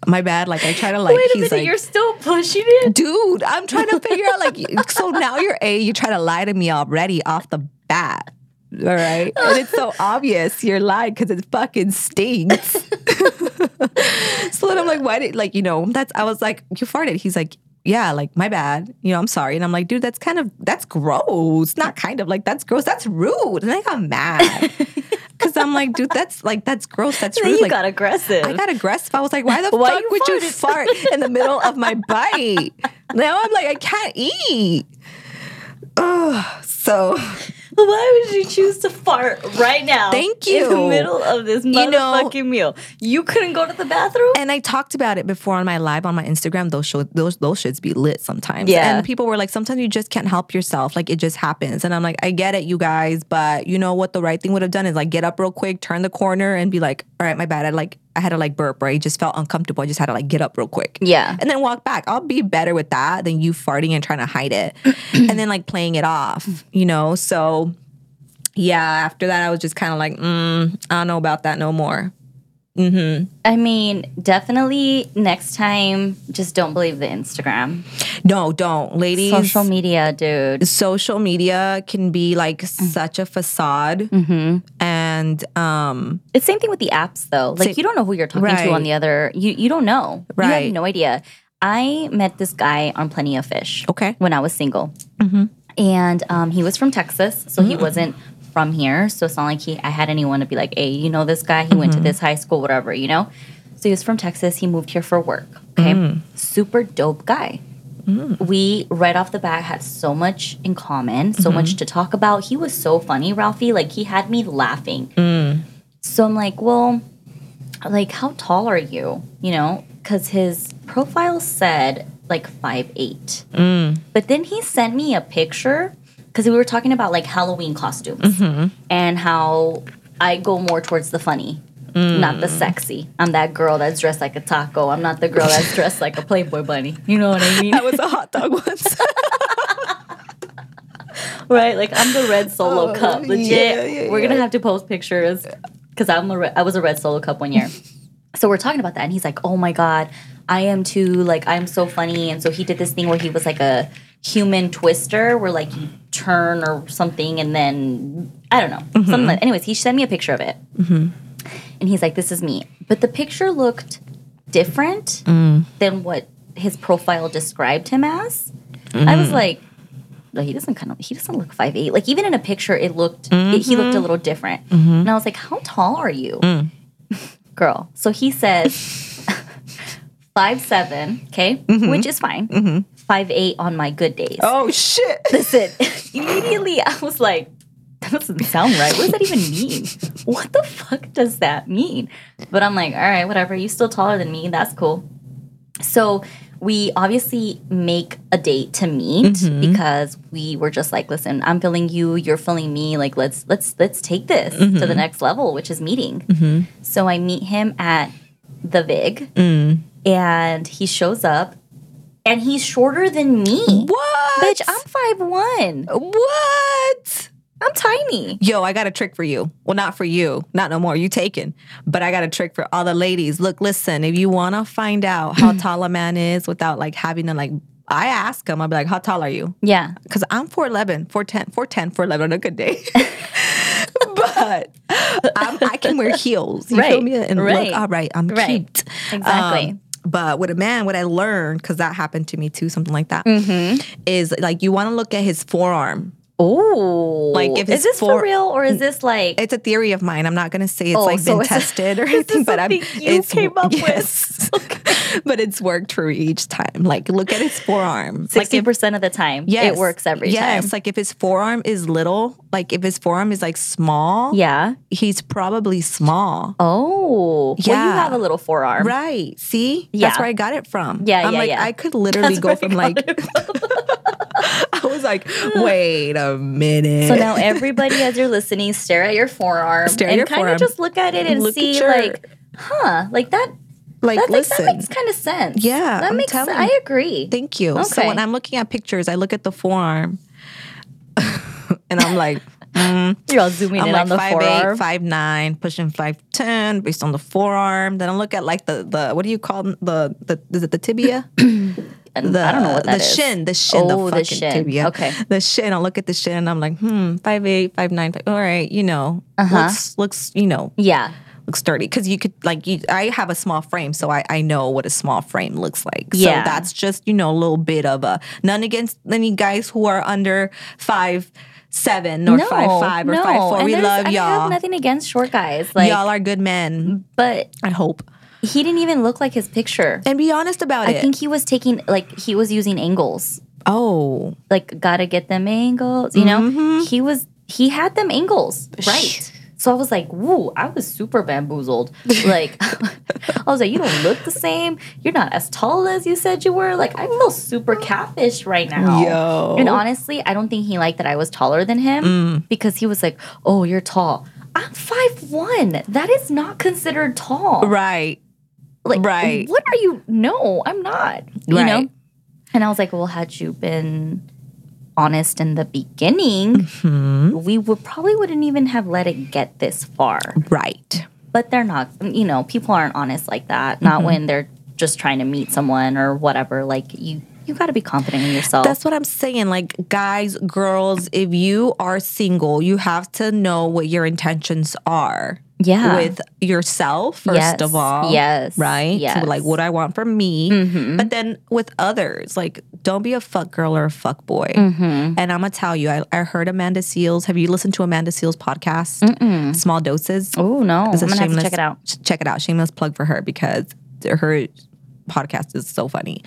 Speaker 1: my bad like i try to like
Speaker 2: Wait a
Speaker 1: he's
Speaker 2: minute,
Speaker 1: like
Speaker 2: you're still pushing it?
Speaker 1: dude i'm trying to figure out like [laughs] so now you're a you try to lie to me already off the bat all right and it's so obvious you're lying because it fucking stinks [laughs] so then i'm like why did like you know that's i was like you farted he's like yeah, like my bad. You know, I'm sorry. And I'm like, dude, that's kind of that's gross. Not kind of like that's gross. That's rude. And I got
Speaker 2: [laughs]
Speaker 1: mad. Cause I'm like, dude, that's like that's gross. That's
Speaker 2: Then
Speaker 1: rude.
Speaker 2: [laughs] you
Speaker 1: like,
Speaker 2: got aggressive.
Speaker 1: I got aggressive. I was like, why the
Speaker 2: [laughs] Why
Speaker 1: fuck
Speaker 2: you
Speaker 1: would you
Speaker 2: farted?
Speaker 1: fart in the middle of my bite? Now I'm like, I can't eat. Ugh. So
Speaker 2: Why would you choose to fart right now?
Speaker 1: Thank
Speaker 2: In the
Speaker 1: you.
Speaker 2: middle of this
Speaker 1: know-
Speaker 2: motherfucking meal. You couldn't go to the bathroom?
Speaker 1: and I talked about it before on my live on my Instagram. Those show those those shits be lit sometimes.
Speaker 2: Yeah.
Speaker 1: And people were like, sometimes you just can't help yourself. Like it just happens. And I'm like, I get it, you guys, but you know what the right thing would have done is like get up real quick, turn the corner, and be like, all right, my bad. I like I had to like burp, right? It just felt uncomfortable. I just had to like get up real quick.
Speaker 2: Yeah.
Speaker 1: and then walk back. I'll be better with
Speaker 2: [clears throat]
Speaker 1: that than you farting and trying to hide it and then like playing it off, you know? So yeah, after that, I was just kind of like, mm, I don't know about that no more.
Speaker 2: I mean, definitely next time, just don't believe the Instagram.
Speaker 1: No, don't, ladies.
Speaker 2: Social media, dude.
Speaker 1: social media can be like such a facade and um
Speaker 2: It's same thing with the apps though. Like
Speaker 1: Sa-
Speaker 2: you don't know who you're talking
Speaker 1: Right.
Speaker 2: to on the other. You you don't know. You
Speaker 1: Right.
Speaker 2: have no idea. I met this guy on Plenty of Fish.
Speaker 1: Okay.
Speaker 2: When I was single, and um, he was from Texas, so he wasn't from here. So it's not like he I had anyone to be like, hey, you know this guy? He went to this high school, whatever, you know. So he was from Texas. He moved here for work. Okay. Super dope guy. We right off the bat had so much in common, so much to talk about. He was so funny, Ralphie. Like he had me laughing. So I'm like, well, like how tall are you? You know, because his profile said like five eight, but then he sent me a picture because we were talking about like Halloween costumes and how I go more towards the funny. Not the sexy. I'm that girl that's dressed like a taco. I'm not the girl that's dressed like a Playboy bunny. You know what I mean?
Speaker 1: I was a hot dog once.
Speaker 2: right? Like I'm the red solo
Speaker 1: Oh,
Speaker 2: cup. Legit.
Speaker 1: yeah, yeah,
Speaker 2: We're gonna have to post pictures because I'm a re- I was a red solo cup one year.
Speaker 1: [laughs]
Speaker 2: so we're talking about that, and he's like, "Oh my god, I am too. Like I'm so funny." And so he did this thing where he was like a human twister, where like you turn or something, and then I don't know.
Speaker 1: Mm-hmm.
Speaker 2: Something like, anyways, he sent me a picture of it, and he's like, "This is me," but the picture looked different
Speaker 1: Mm.
Speaker 2: than what his profile described him as. I was like, like, he doesn't kind of he doesn't look five eight. Like even in a picture, it looked it, he looked a little different. And I was like, how tall are you, [laughs] girl? So he says five seven, okay, which is fine. Five eight on my good days.
Speaker 1: [laughs] oh shit.
Speaker 2: Listen, [laughs] immediately I was like, that doesn't sound right. What does that even mean? What the fuck does that mean? But I'm like, all right, whatever. You're still taller than me. That's cool. So we obviously make a date to meet because we were just like, listen, I'm feeling you, you're feeling me. Like let's let's let's take this to the next level, which is meeting. So I meet him at the Vig, and he shows up, and he's shorter than me.
Speaker 1: What?
Speaker 2: Bitch, I'm five one.
Speaker 1: what?
Speaker 2: I'm tiny.
Speaker 1: Yo, I got a trick for you. Well, not for you, not no more. You taken. But I got a trick for all the ladies. Look, listen, if you want to find out [clears throat] how tall a man is without like having to like, I ask him, I'll be like, how tall are you?
Speaker 2: Yeah.
Speaker 1: Because I'm 4'11, 4'10, 4'10, 4'11 on a good day. [laughs] but I'm, I can wear heels. You feel
Speaker 2: Right,
Speaker 1: me? And
Speaker 2: right,
Speaker 1: look, all right, I'm
Speaker 2: right.
Speaker 1: cute.
Speaker 2: Exactly.
Speaker 1: Um, but with a man, what I learned, because that happened to me too, something like that, is
Speaker 2: Mm-hmm.
Speaker 1: like you want to look at his forearm.
Speaker 2: oh.
Speaker 1: Um, Like, if
Speaker 2: is
Speaker 1: it's
Speaker 2: this
Speaker 1: four- Mm.
Speaker 2: for real or is this like
Speaker 1: It's a theory of mine. I'm not gonna say it's
Speaker 2: Oh,
Speaker 1: like
Speaker 2: so
Speaker 1: been
Speaker 2: it's-
Speaker 1: tested or
Speaker 2: [laughs] this is
Speaker 1: anything, but I'm.
Speaker 2: something you came
Speaker 1: [laughs]
Speaker 2: up with.
Speaker 1: with. [laughs] but it's worked for each time. Like, look at his forearm. Like,
Speaker 2: sixty percent of the time?
Speaker 1: yes,
Speaker 2: It works every
Speaker 1: yes,
Speaker 2: time.
Speaker 1: like if his forearm is little, like if his forearm is like small,
Speaker 2: Yeah.
Speaker 1: he's probably small.
Speaker 2: Oh. Well, you
Speaker 1: Yeah.
Speaker 2: have a little forearm.
Speaker 1: Right. See?
Speaker 2: Yeah.
Speaker 1: That's where I got it from.
Speaker 2: Yeah,
Speaker 1: I'm
Speaker 2: yeah,
Speaker 1: like,
Speaker 2: yeah.
Speaker 1: I could literally
Speaker 2: That's
Speaker 1: go
Speaker 2: where
Speaker 1: from
Speaker 2: I
Speaker 1: like
Speaker 2: got it from.
Speaker 1: [laughs] I was like, wait a minute.
Speaker 2: so now everybody, as you're listening, stare at your forearm
Speaker 1: Stare at
Speaker 2: and
Speaker 1: your
Speaker 2: kind
Speaker 1: forearm.
Speaker 2: of just look at it and
Speaker 1: Look at
Speaker 2: see,
Speaker 1: your-
Speaker 2: like, huh, like that.
Speaker 1: like
Speaker 2: That, like, that
Speaker 1: listen.
Speaker 2: makes kind of sense.
Speaker 1: Yeah,
Speaker 2: that
Speaker 1: I'm
Speaker 2: makes. sense.
Speaker 1: telling
Speaker 2: I
Speaker 1: you.
Speaker 2: agree.
Speaker 1: Thank you. So
Speaker 2: Okay.
Speaker 1: when I'm looking at pictures, I look at the forearm [laughs] and I'm like,
Speaker 2: You're all zooming
Speaker 1: I'm
Speaker 2: in
Speaker 1: like
Speaker 2: on the
Speaker 1: five
Speaker 2: forearm.
Speaker 1: eight, five nine, pushing five ten based on the forearm. Then I look at like the the what do you call 'em? the the is it the
Speaker 2: [clears throat]
Speaker 1: tibia?
Speaker 2: And
Speaker 1: The
Speaker 2: I don't know what that
Speaker 1: the
Speaker 2: is.
Speaker 1: shin, the shin, the
Speaker 2: Oh,
Speaker 1: fucking
Speaker 2: the shin.
Speaker 1: tibia.
Speaker 2: Okay.
Speaker 1: the shin. I look at the shin and I'm like, hmm, five eight, five nine, five, all right, you know,
Speaker 2: Uh-huh.
Speaker 1: looks looks you know
Speaker 2: Yeah.
Speaker 1: looks sturdy because you could like you. I have a small frame, so I I know what a small frame looks like.
Speaker 2: Yeah.
Speaker 1: so that's just you know a little bit of a none against any guys who are under five seven or five five or
Speaker 2: no.
Speaker 1: five four.
Speaker 2: And
Speaker 1: We
Speaker 2: there's-
Speaker 1: love
Speaker 2: and I have
Speaker 1: y'all.
Speaker 2: nothing against short guys, like,
Speaker 1: y'all are good men.
Speaker 2: but
Speaker 1: I hope.
Speaker 2: he didn't even look like his picture.
Speaker 1: And be honest about
Speaker 2: I
Speaker 1: it.
Speaker 2: think he was taking like he was using angles,
Speaker 1: oh,
Speaker 2: like gotta get them angles. You know, he was he had them angles right. So I was like, "Woo!" I was super bamboozled. Like, [laughs] I was like, "You don't look the same. You're not as tall as you said you were." Like, I feel super catfish right now.
Speaker 1: Yo.
Speaker 2: And honestly, I don't think he liked that I was taller than him because he was like, "Oh, you're tall. I'm five one. That is not considered tall.
Speaker 1: right.
Speaker 2: Like,
Speaker 1: right.
Speaker 2: What are you? No, I'm not. You
Speaker 1: Right.
Speaker 2: know." And I was like, "Well, had you been honest in the beginning,
Speaker 1: Mm-hmm.
Speaker 2: we would probably wouldn't even have let it get this far.
Speaker 1: Right.
Speaker 2: But they're not, you know, people aren't honest like that.
Speaker 1: Mm-hmm.
Speaker 2: Not when they're just trying to meet someone or whatever. Like you, you got to be confident in yourself.
Speaker 1: That's what I'm saying. Like, guys, girls, if you are single, you have to know what your intentions are.
Speaker 2: Yeah.
Speaker 1: With yourself, first
Speaker 2: Yes,
Speaker 1: of all.
Speaker 2: yes,
Speaker 1: Right?
Speaker 2: yes. Mm-hmm.
Speaker 1: So, like, what I want from me. But then with others, like, don't be a fuck girl or a fuck boy.
Speaker 2: Mm-hmm.
Speaker 1: And I'm going to tell you, I, I heard Amanda Seals. Have you listened to Amanda Seals' podcast, Small Doses?
Speaker 2: oh no, I'm
Speaker 1: It's a
Speaker 2: gonna have to
Speaker 1: shameless-
Speaker 2: check it out.
Speaker 1: sh- Check it out. Shameless plug for her because her podcast is so funny.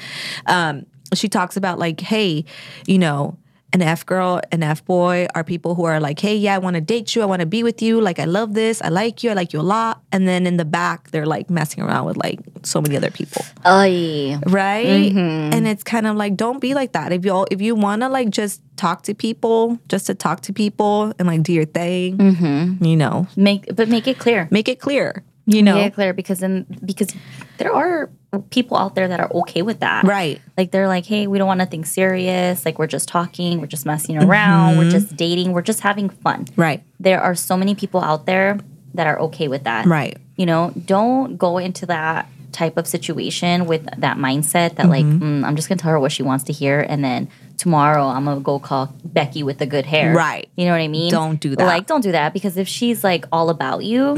Speaker 1: Um, she talks about like, hey, you know, an F girl, an F boy are people who are like, hey, yeah, I want to date you, I want to be with you, like I love this, I like you, I like you a lot, and then in the back they're like messing around with like so many other people,
Speaker 2: Ay.
Speaker 1: right?
Speaker 2: Mm-hmm.
Speaker 1: And it's kind of like, don't be like that. If you all, if you want to like just talk to people, just to talk to people and like do your thing, you know,
Speaker 2: Make but make it clear.
Speaker 1: make it clear, you know,
Speaker 2: Mm-hmm. Make it clear because then because there are people out there that are okay with that.
Speaker 1: right?
Speaker 2: Like they're like, hey, we don't want nothing serious. Like we're just talking, we're just messing
Speaker 1: Mm-hmm.
Speaker 2: around, we're just dating, we're just having fun.
Speaker 1: Right.
Speaker 2: There are so many people out there that are okay with that.
Speaker 1: Right.
Speaker 2: You know, don't go into that type of situation with that mindset that like,
Speaker 1: Mm-hmm.
Speaker 2: mm, I'm just gonna tell her what she wants to hear and then tomorrow I'm gonna go call Becky with the good hair.
Speaker 1: Right.
Speaker 2: You know what I mean?
Speaker 1: Don't do that. Mm-hmm.
Speaker 2: Like, don't do that because if she's like all about you,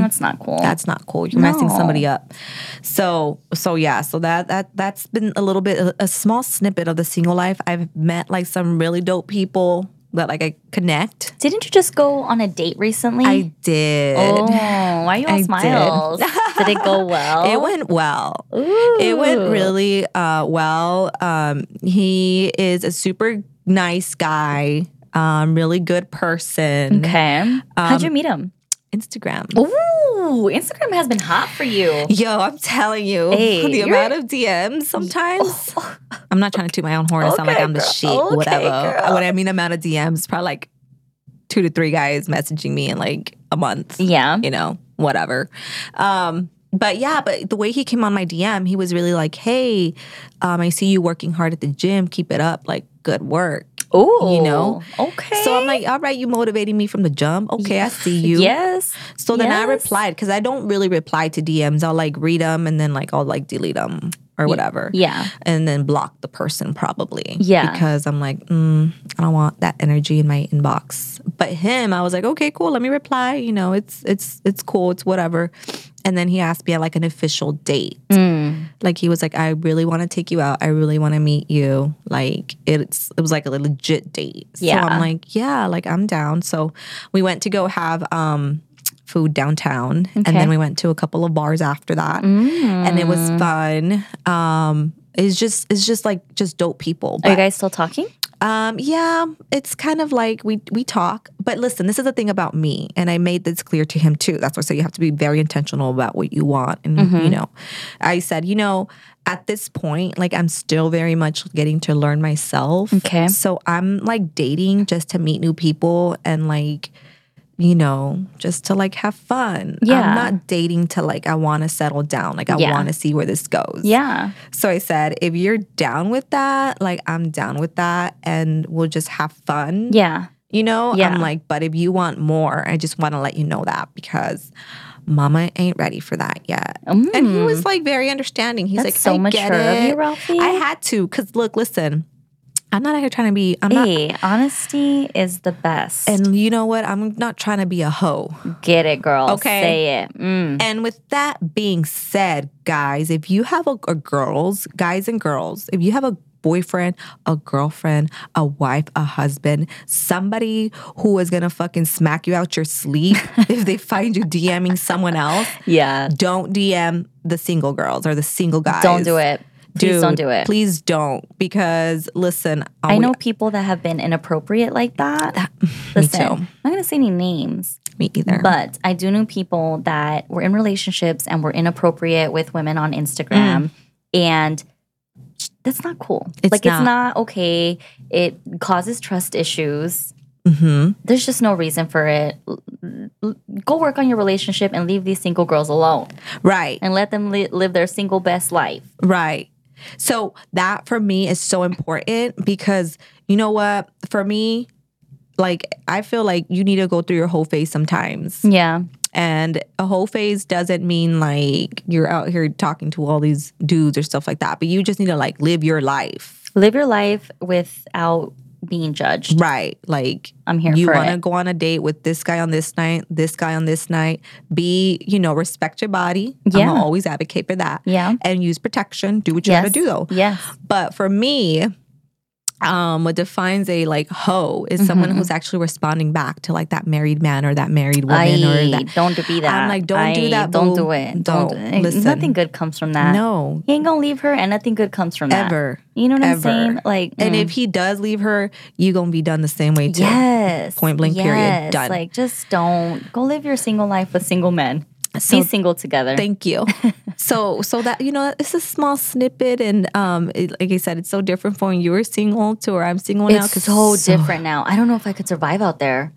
Speaker 2: that's not cool.
Speaker 1: That's not cool. You're messing somebody up. So so yeah, so that that that's been a little bit a, a small snippet of the single life. I've met like some really dope people that like I connect.
Speaker 2: Didn't you just go on a date recently?
Speaker 1: I did.
Speaker 2: Oh, why are you all
Speaker 1: did.
Speaker 2: smiles? Did. it go well?
Speaker 1: [laughs] It went well. It went really uh, well. Um, he is a super nice guy, um, really good person.
Speaker 2: Okay. How'd
Speaker 1: Um,
Speaker 2: you meet him?
Speaker 1: Instagram.
Speaker 2: Ooh, Instagram has been hot for you.
Speaker 1: Yo, I'm telling you,
Speaker 2: Hey,
Speaker 1: [laughs] the
Speaker 2: you're-
Speaker 1: amount of DMs sometimes. [laughs] I'm not trying to toot my own horn. It's not like
Speaker 2: Okay,
Speaker 1: I'm the
Speaker 2: girl.
Speaker 1: shit,
Speaker 2: Okay,
Speaker 1: whatever.
Speaker 2: girl.
Speaker 1: When I mean amount of DMs, probably like two to three guys messaging me in like a month,
Speaker 2: Yeah.
Speaker 1: you know, whatever. Um, but yeah, but the way he came on my DM, he was really like, hey, um, I see you working hard at the gym. Keep it up. Like, good work.
Speaker 2: Ooh.
Speaker 1: You know?
Speaker 2: Okay.
Speaker 1: So I'm like, all right, you motivating me from the jump. Okay, I see you.
Speaker 2: yes.
Speaker 1: So then I
Speaker 2: Yes.
Speaker 1: replied because I don't really reply to DMs. I'll like read them and then like I'll like delete them or whatever.
Speaker 2: Yeah.
Speaker 1: And then block the person probably.
Speaker 2: Yeah.
Speaker 1: Because I'm like, mm, I don't want that energy in my inbox. But him, I was like, okay, cool. Let me reply. You know, it's it's it's cool. It's whatever. And then he asked me at like an official date.
Speaker 2: Mm.
Speaker 1: Like he was like, I really want to take you out. I really want to meet you. Like it's it was like a legit date.
Speaker 2: Yeah.
Speaker 1: So I'm like, yeah, like I'm down. So we went to go have um food downtown and
Speaker 2: Okay.
Speaker 1: then we went to a couple of bars after that and it was fun um it's just it's just like just dope people
Speaker 2: Are
Speaker 1: but
Speaker 2: you guys still talking?
Speaker 1: um yeah it's kind of like we we talk but listen this is the thing about me and i made this clear to him too that's why i say you have to be very intentional about what you want and
Speaker 2: Mm-hmm.
Speaker 1: you know i said you know at this point like i'm still very much getting to learn myself
Speaker 2: Okay.
Speaker 1: so i'm like dating just to meet new people and like you know, just to like have fun.
Speaker 2: Yeah.
Speaker 1: I'm not dating to like, I want to settle down. Like, I
Speaker 2: Yeah.
Speaker 1: want to see where this goes.
Speaker 2: Yeah.
Speaker 1: So I said, if you're down with that, like, I'm down with that and we'll just have fun.
Speaker 2: Yeah.
Speaker 1: You know,
Speaker 2: Yeah.
Speaker 1: I'm like, but if you want more, I just want to let you know that because mama ain't ready for that yet.
Speaker 2: Mm.
Speaker 1: And he was like very understanding. He's
Speaker 2: Hmm. That's
Speaker 1: like,
Speaker 2: so
Speaker 1: I
Speaker 2: mature
Speaker 1: get
Speaker 2: of you,
Speaker 1: it.
Speaker 2: Ralphie.
Speaker 1: I had to because look, listen, I'm not out here trying to be, I'm not.
Speaker 2: Hey, honesty is the best.
Speaker 1: And you know what? I'm not trying to be a hoe.
Speaker 2: Get it, girl.
Speaker 1: Okay.
Speaker 2: Say it. Mm.
Speaker 1: And with that being said, guys, if you have a, a girls, guys and girls, if you have a boyfriend, a girlfriend, a wife, a husband, somebody who is gonna fucking smack you out your
Speaker 2: [laughs]
Speaker 1: sleep if they find you DMing someone else,
Speaker 2: Yeah.
Speaker 1: don't DM the single girls or the single guys.
Speaker 2: Don't do it. Please don't
Speaker 1: Dude,
Speaker 2: do it.
Speaker 1: Please don't. Because listen,
Speaker 2: I
Speaker 1: we-
Speaker 2: know people that have been inappropriate like that.
Speaker 1: [laughs]
Speaker 2: Listen,
Speaker 1: too. Uh-huh.
Speaker 2: I'm not gonna say any names,
Speaker 1: me either.
Speaker 2: but I do know people that were in relationships and were inappropriate with women on Instagram, and that's not cool.
Speaker 1: Mm. It's
Speaker 2: like
Speaker 1: not.
Speaker 2: it's not okay. It causes trust issues.
Speaker 1: Mm-hmm.
Speaker 2: There's just no reason for it. L- l- Go work on your relationship and leave these single girls alone
Speaker 1: right,
Speaker 2: and let them li- live their single best life.
Speaker 1: right. So that for me is so important because you know what? For me, like I feel like you need to go through your whole phase sometimes.
Speaker 2: Yeah.
Speaker 1: And a whole phase doesn't mean like you're out here talking to all these dudes or stuff like that, but you just need to like live your life.
Speaker 2: Live your life without being judged.
Speaker 1: Right. Like
Speaker 2: I'm here
Speaker 1: you
Speaker 2: for
Speaker 1: want to
Speaker 2: it.
Speaker 1: go on a date with this guy on this night, this guy on this night. Be, you know, respect your body. I'm
Speaker 2: Yeah.
Speaker 1: gonna always advocate for that.
Speaker 2: Yeah.
Speaker 1: And use protection. Do what you
Speaker 2: yes.
Speaker 1: gotta do though.
Speaker 2: Yes.
Speaker 1: But for me, um, what defines a like hoe is
Speaker 2: Mm-hmm.
Speaker 1: someone who's actually responding back to like that married man or that married woman or
Speaker 2: I
Speaker 1: that.
Speaker 2: don't do- be that.
Speaker 1: I'm like, don't do
Speaker 2: Aye,
Speaker 1: that,
Speaker 2: Don't
Speaker 1: boo.
Speaker 2: do it. Don't,
Speaker 1: Don't.
Speaker 2: do it.
Speaker 1: Listen.
Speaker 2: Nothing good comes from that.
Speaker 1: No,
Speaker 2: He ain't gonna leave her, and nothing good comes from that.
Speaker 1: ever.
Speaker 2: You know what
Speaker 1: Ever.
Speaker 2: I'm saying? Like,
Speaker 1: And
Speaker 2: mm.
Speaker 1: if he does leave her, you gonna be done the same way too.
Speaker 2: yes,
Speaker 1: Point blank
Speaker 2: yes.
Speaker 1: period. Done.
Speaker 2: Like, just don't go live your single life with single men.
Speaker 1: So
Speaker 2: Be single
Speaker 1: [laughs]
Speaker 2: together.
Speaker 1: Thank
Speaker 2: [laughs]
Speaker 1: you. so so that you know, it's a small snippet, and um, it, like I said, it's so different from when you were single to where I'm single now.
Speaker 2: it's so,
Speaker 1: [laughs] [sighs]
Speaker 2: different now. I don't know if I could survive out there.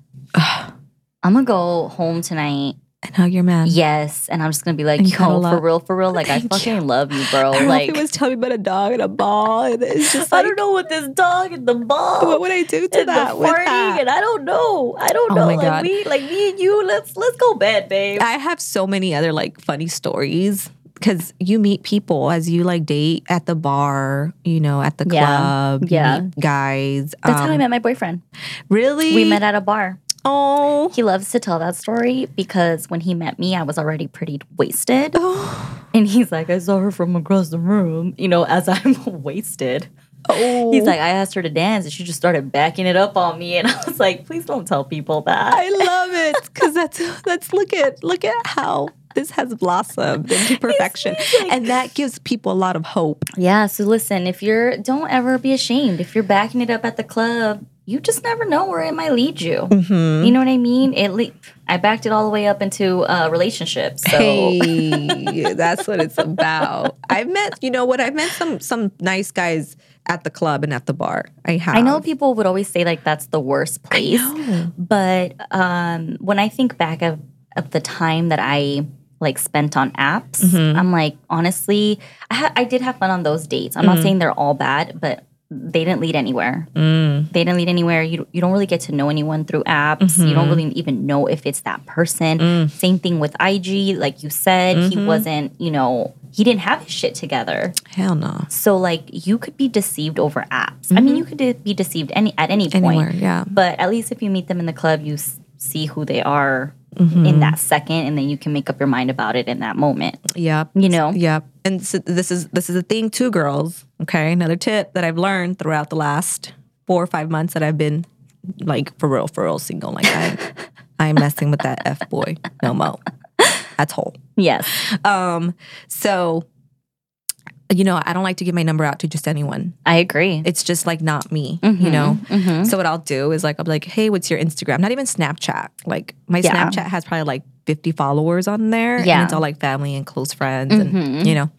Speaker 2: I'm gonna go home tonight.
Speaker 1: And hug your [laughs] man.
Speaker 2: Yes, and I'm just gonna be like,
Speaker 1: And you
Speaker 2: yo,
Speaker 1: cuddle
Speaker 2: for
Speaker 1: up.
Speaker 2: real, for real. Like,
Speaker 1: [laughs]
Speaker 2: I
Speaker 1: Thank
Speaker 2: fucking love you, bro.
Speaker 1: I don't know
Speaker 2: like,
Speaker 1: if he was telling me about a dog and a ball, and it's just
Speaker 2: [laughs] I
Speaker 1: like,
Speaker 2: don't know what this dog and the ball.
Speaker 1: what would I do to
Speaker 2: and the
Speaker 1: that? With
Speaker 2: farting,
Speaker 1: that?
Speaker 2: and I don't know. I don't
Speaker 1: Oh
Speaker 2: know.
Speaker 1: my
Speaker 2: like
Speaker 1: God.
Speaker 2: we, like me and you, let's let's go bed, babe.
Speaker 1: I have so many other like funny stories because you meet people as you like date at the bar, you know, at the
Speaker 2: Yeah.
Speaker 1: club. you
Speaker 2: Yeah.
Speaker 1: meet guys.
Speaker 2: That's how I
Speaker 1: Um,
Speaker 2: met my boyfriend.
Speaker 1: Really?
Speaker 2: We met at a bar. [laughs]
Speaker 1: Oh.
Speaker 2: He loves to tell that story because when he met me, I was already pretty wasted.
Speaker 1: Oh.
Speaker 2: [gasps] And he's like, I saw her from across the room, you know, as I'm [laughs] wasted.
Speaker 1: Oh.
Speaker 2: He's like, I asked her to dance and she just started backing it up on me. And I was like, please don't tell people that.
Speaker 1: I love it because that's that's look at look at how this has blossomed into perfection, and that gives people a lot of hope.
Speaker 2: Yeah, so listen, if you're, don't ever be ashamed. If you're backing it up at the club, you just never know where it might lead you. You know what I mean? It le- I backed it all the way up into uh, relationships. So
Speaker 1: Hey, that's what it's about. I've met, you know what? I've met some some nice guys at the club and at the bar. I have.
Speaker 2: I know people would always say like that's the worst place. But um, when I think back of, of the time that I like spent on apps, I'm like, honestly, I, ha- I did have fun on those dates. I'm not saying they're all bad, but they didn't lead anywhere. They didn't lead anywhere. You, you don't really get to know anyone through apps. You don't really even know if it's that person. Same thing with IG. Like you said, he wasn't, you know, he didn't have his shit together.
Speaker 1: Hell no.
Speaker 2: So like you could be deceived over apps. I mean, you could de- be deceived any at any point.
Speaker 1: Mm-hmm. Anywhere, yeah.
Speaker 2: But at least if you meet them in the club, you s- see who they are
Speaker 1: Mm-hmm.
Speaker 2: in that second, and then you can make up your mind about it in that moment.
Speaker 1: Yep.
Speaker 2: You know?
Speaker 1: Yep. And so this is this is a thing too, girls. Okay. Another tip that I've learned throughout the last four or five months that I've been like for real, for real single. Like I, I'm messing with that f boy no mo. That's whole.
Speaker 2: Yes.
Speaker 1: Um. So, you know, I don't like to give my number out to just anyone.
Speaker 2: I agree.
Speaker 1: It's just like not me.
Speaker 2: Mm-hmm,
Speaker 1: You know. So what I'll do is like I'll be like, hey, what's your Instagram? Not even Snapchat. Like my
Speaker 2: Yeah.
Speaker 1: Snapchat has probably like 50 followers on there.
Speaker 2: Yeah. Mm-hmm.
Speaker 1: And it's all like family and close friends and you know.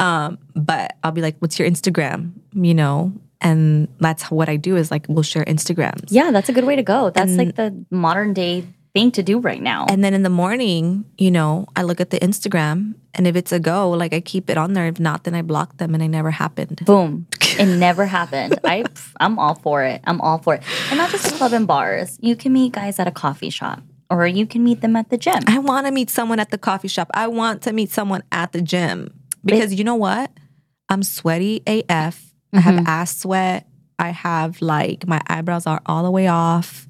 Speaker 1: Um, but I'll be like, what's your Instagram? You know? And that's what I do is like we'll share Instagrams.
Speaker 2: yeah, that's a good way to go. That's like the modern day thing to do right now.
Speaker 1: And then in the morning, you know, I look at the Instagram and if it's a go, like I keep it on there. If not, then I block them and it never happened.
Speaker 2: Boom. It never happened. I pff, I'm all for it. I'm all for it. And not just club and bars. You can meet guys at a coffee shop, or you can meet them at the gym.
Speaker 1: I want to meet someone at the coffee shop. I want to meet someone at the gym because you know what? I'm sweaty AF. I have ass sweat. I have like my eyebrows are all the way off.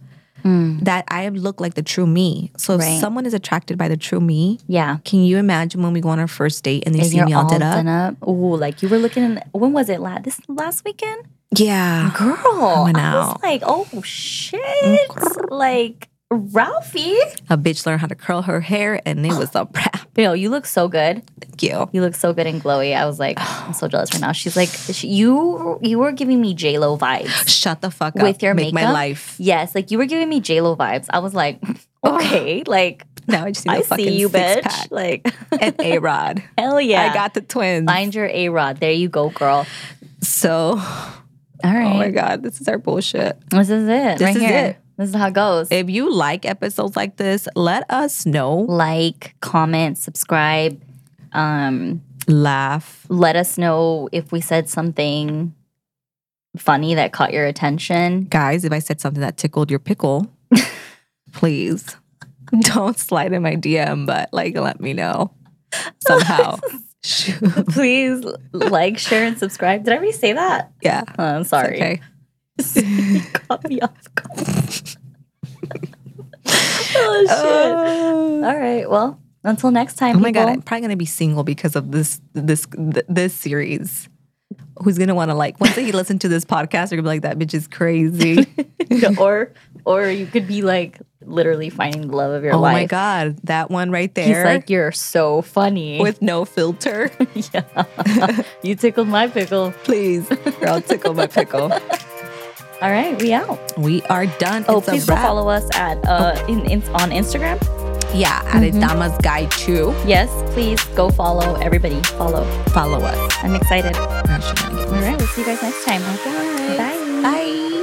Speaker 1: That I look like the true me. So if
Speaker 2: Right.
Speaker 1: someone is attracted by the true me,
Speaker 2: Yeah.
Speaker 1: can you imagine when we go on our first date and they
Speaker 2: And
Speaker 1: see
Speaker 2: you're
Speaker 1: me all did up?
Speaker 2: done up. Ooh, like you were looking. In, when was it? Last this last weekend,
Speaker 1: Yeah.
Speaker 2: girl.
Speaker 1: went
Speaker 2: I was
Speaker 1: out.
Speaker 2: like, oh shit, like Ralphie.
Speaker 1: A bitch learned how to curl her hair and it was [gasps] a wrap.
Speaker 2: You know, you look so good.
Speaker 1: Thank you.
Speaker 2: You look so good and glowy. I was like, I'm so jealous right now. She's like, sh- you you were giving me J Lo vibes
Speaker 1: Shut the fuck up.
Speaker 2: with your
Speaker 1: Make
Speaker 2: makeup.
Speaker 1: my life.
Speaker 2: Yes, like you were giving me J Lo vibes. I was like, [laughs] okay, like
Speaker 1: Now I just need a
Speaker 2: I
Speaker 1: fucking
Speaker 2: see you,
Speaker 1: six
Speaker 2: bitch.
Speaker 1: pack. [laughs]
Speaker 2: Like
Speaker 1: And A [laughs] Rod.
Speaker 2: hell yeah,
Speaker 1: I got the twins.
Speaker 2: find your A Rod. There you go, girl.
Speaker 1: So
Speaker 2: All right,
Speaker 1: Oh my God, this is our bullshit.
Speaker 2: this is it. right
Speaker 1: is
Speaker 2: here.
Speaker 1: it.
Speaker 2: This is how it goes.
Speaker 1: If you like episodes like this, let us know.
Speaker 2: like, comment, subscribe, um,
Speaker 1: laugh.
Speaker 2: Let us know if we said something funny that caught your attention.
Speaker 1: Guys, if I said something that tickled your
Speaker 2: [laughs]
Speaker 1: pickle, please don't slide in my DM, but like let me know
Speaker 2: [laughs]
Speaker 1: somehow. Shoot.
Speaker 2: Please like, share, and subscribe. Did I already say that?
Speaker 1: Yeah.
Speaker 2: Oh, I'm
Speaker 1: it's
Speaker 2: sorry.
Speaker 1: Okay.
Speaker 2: [laughs] Caught me off guard.
Speaker 1: [laughs]
Speaker 2: oh shit.
Speaker 1: Uh,
Speaker 2: All right. Well, until next time.
Speaker 1: oh my god,
Speaker 2: people.
Speaker 1: I'm probably gonna be single because of this this th- this series. Who's gonna want to like once he listens to this podcast? You're gonna be like, that bitch is crazy.
Speaker 2: [laughs]
Speaker 1: [laughs]
Speaker 2: or or you could be like literally finding the love of your
Speaker 1: oh
Speaker 2: life.
Speaker 1: my god, that one right there.
Speaker 2: He's like, you're so funny.
Speaker 1: with no filter.
Speaker 2: [laughs]
Speaker 1: [laughs]
Speaker 2: yeah. [laughs] you tickled my pickle.
Speaker 1: Please, girl, tickle my pickle.
Speaker 2: All right, we out.
Speaker 1: We are done.
Speaker 2: Oh,
Speaker 1: It's a
Speaker 2: please go
Speaker 1: wrap. Oh.
Speaker 2: follow us at uh in, in, on Instagram.
Speaker 1: Yeah, at
Speaker 2: Mm-hmm.
Speaker 1: Adama's Guide to
Speaker 2: Yes, please go follow everybody. Follow.
Speaker 1: follow us.
Speaker 2: I'm excited.
Speaker 1: Not shenanigans.
Speaker 2: All right, we'll see you guys next time. Bye.
Speaker 1: Bye.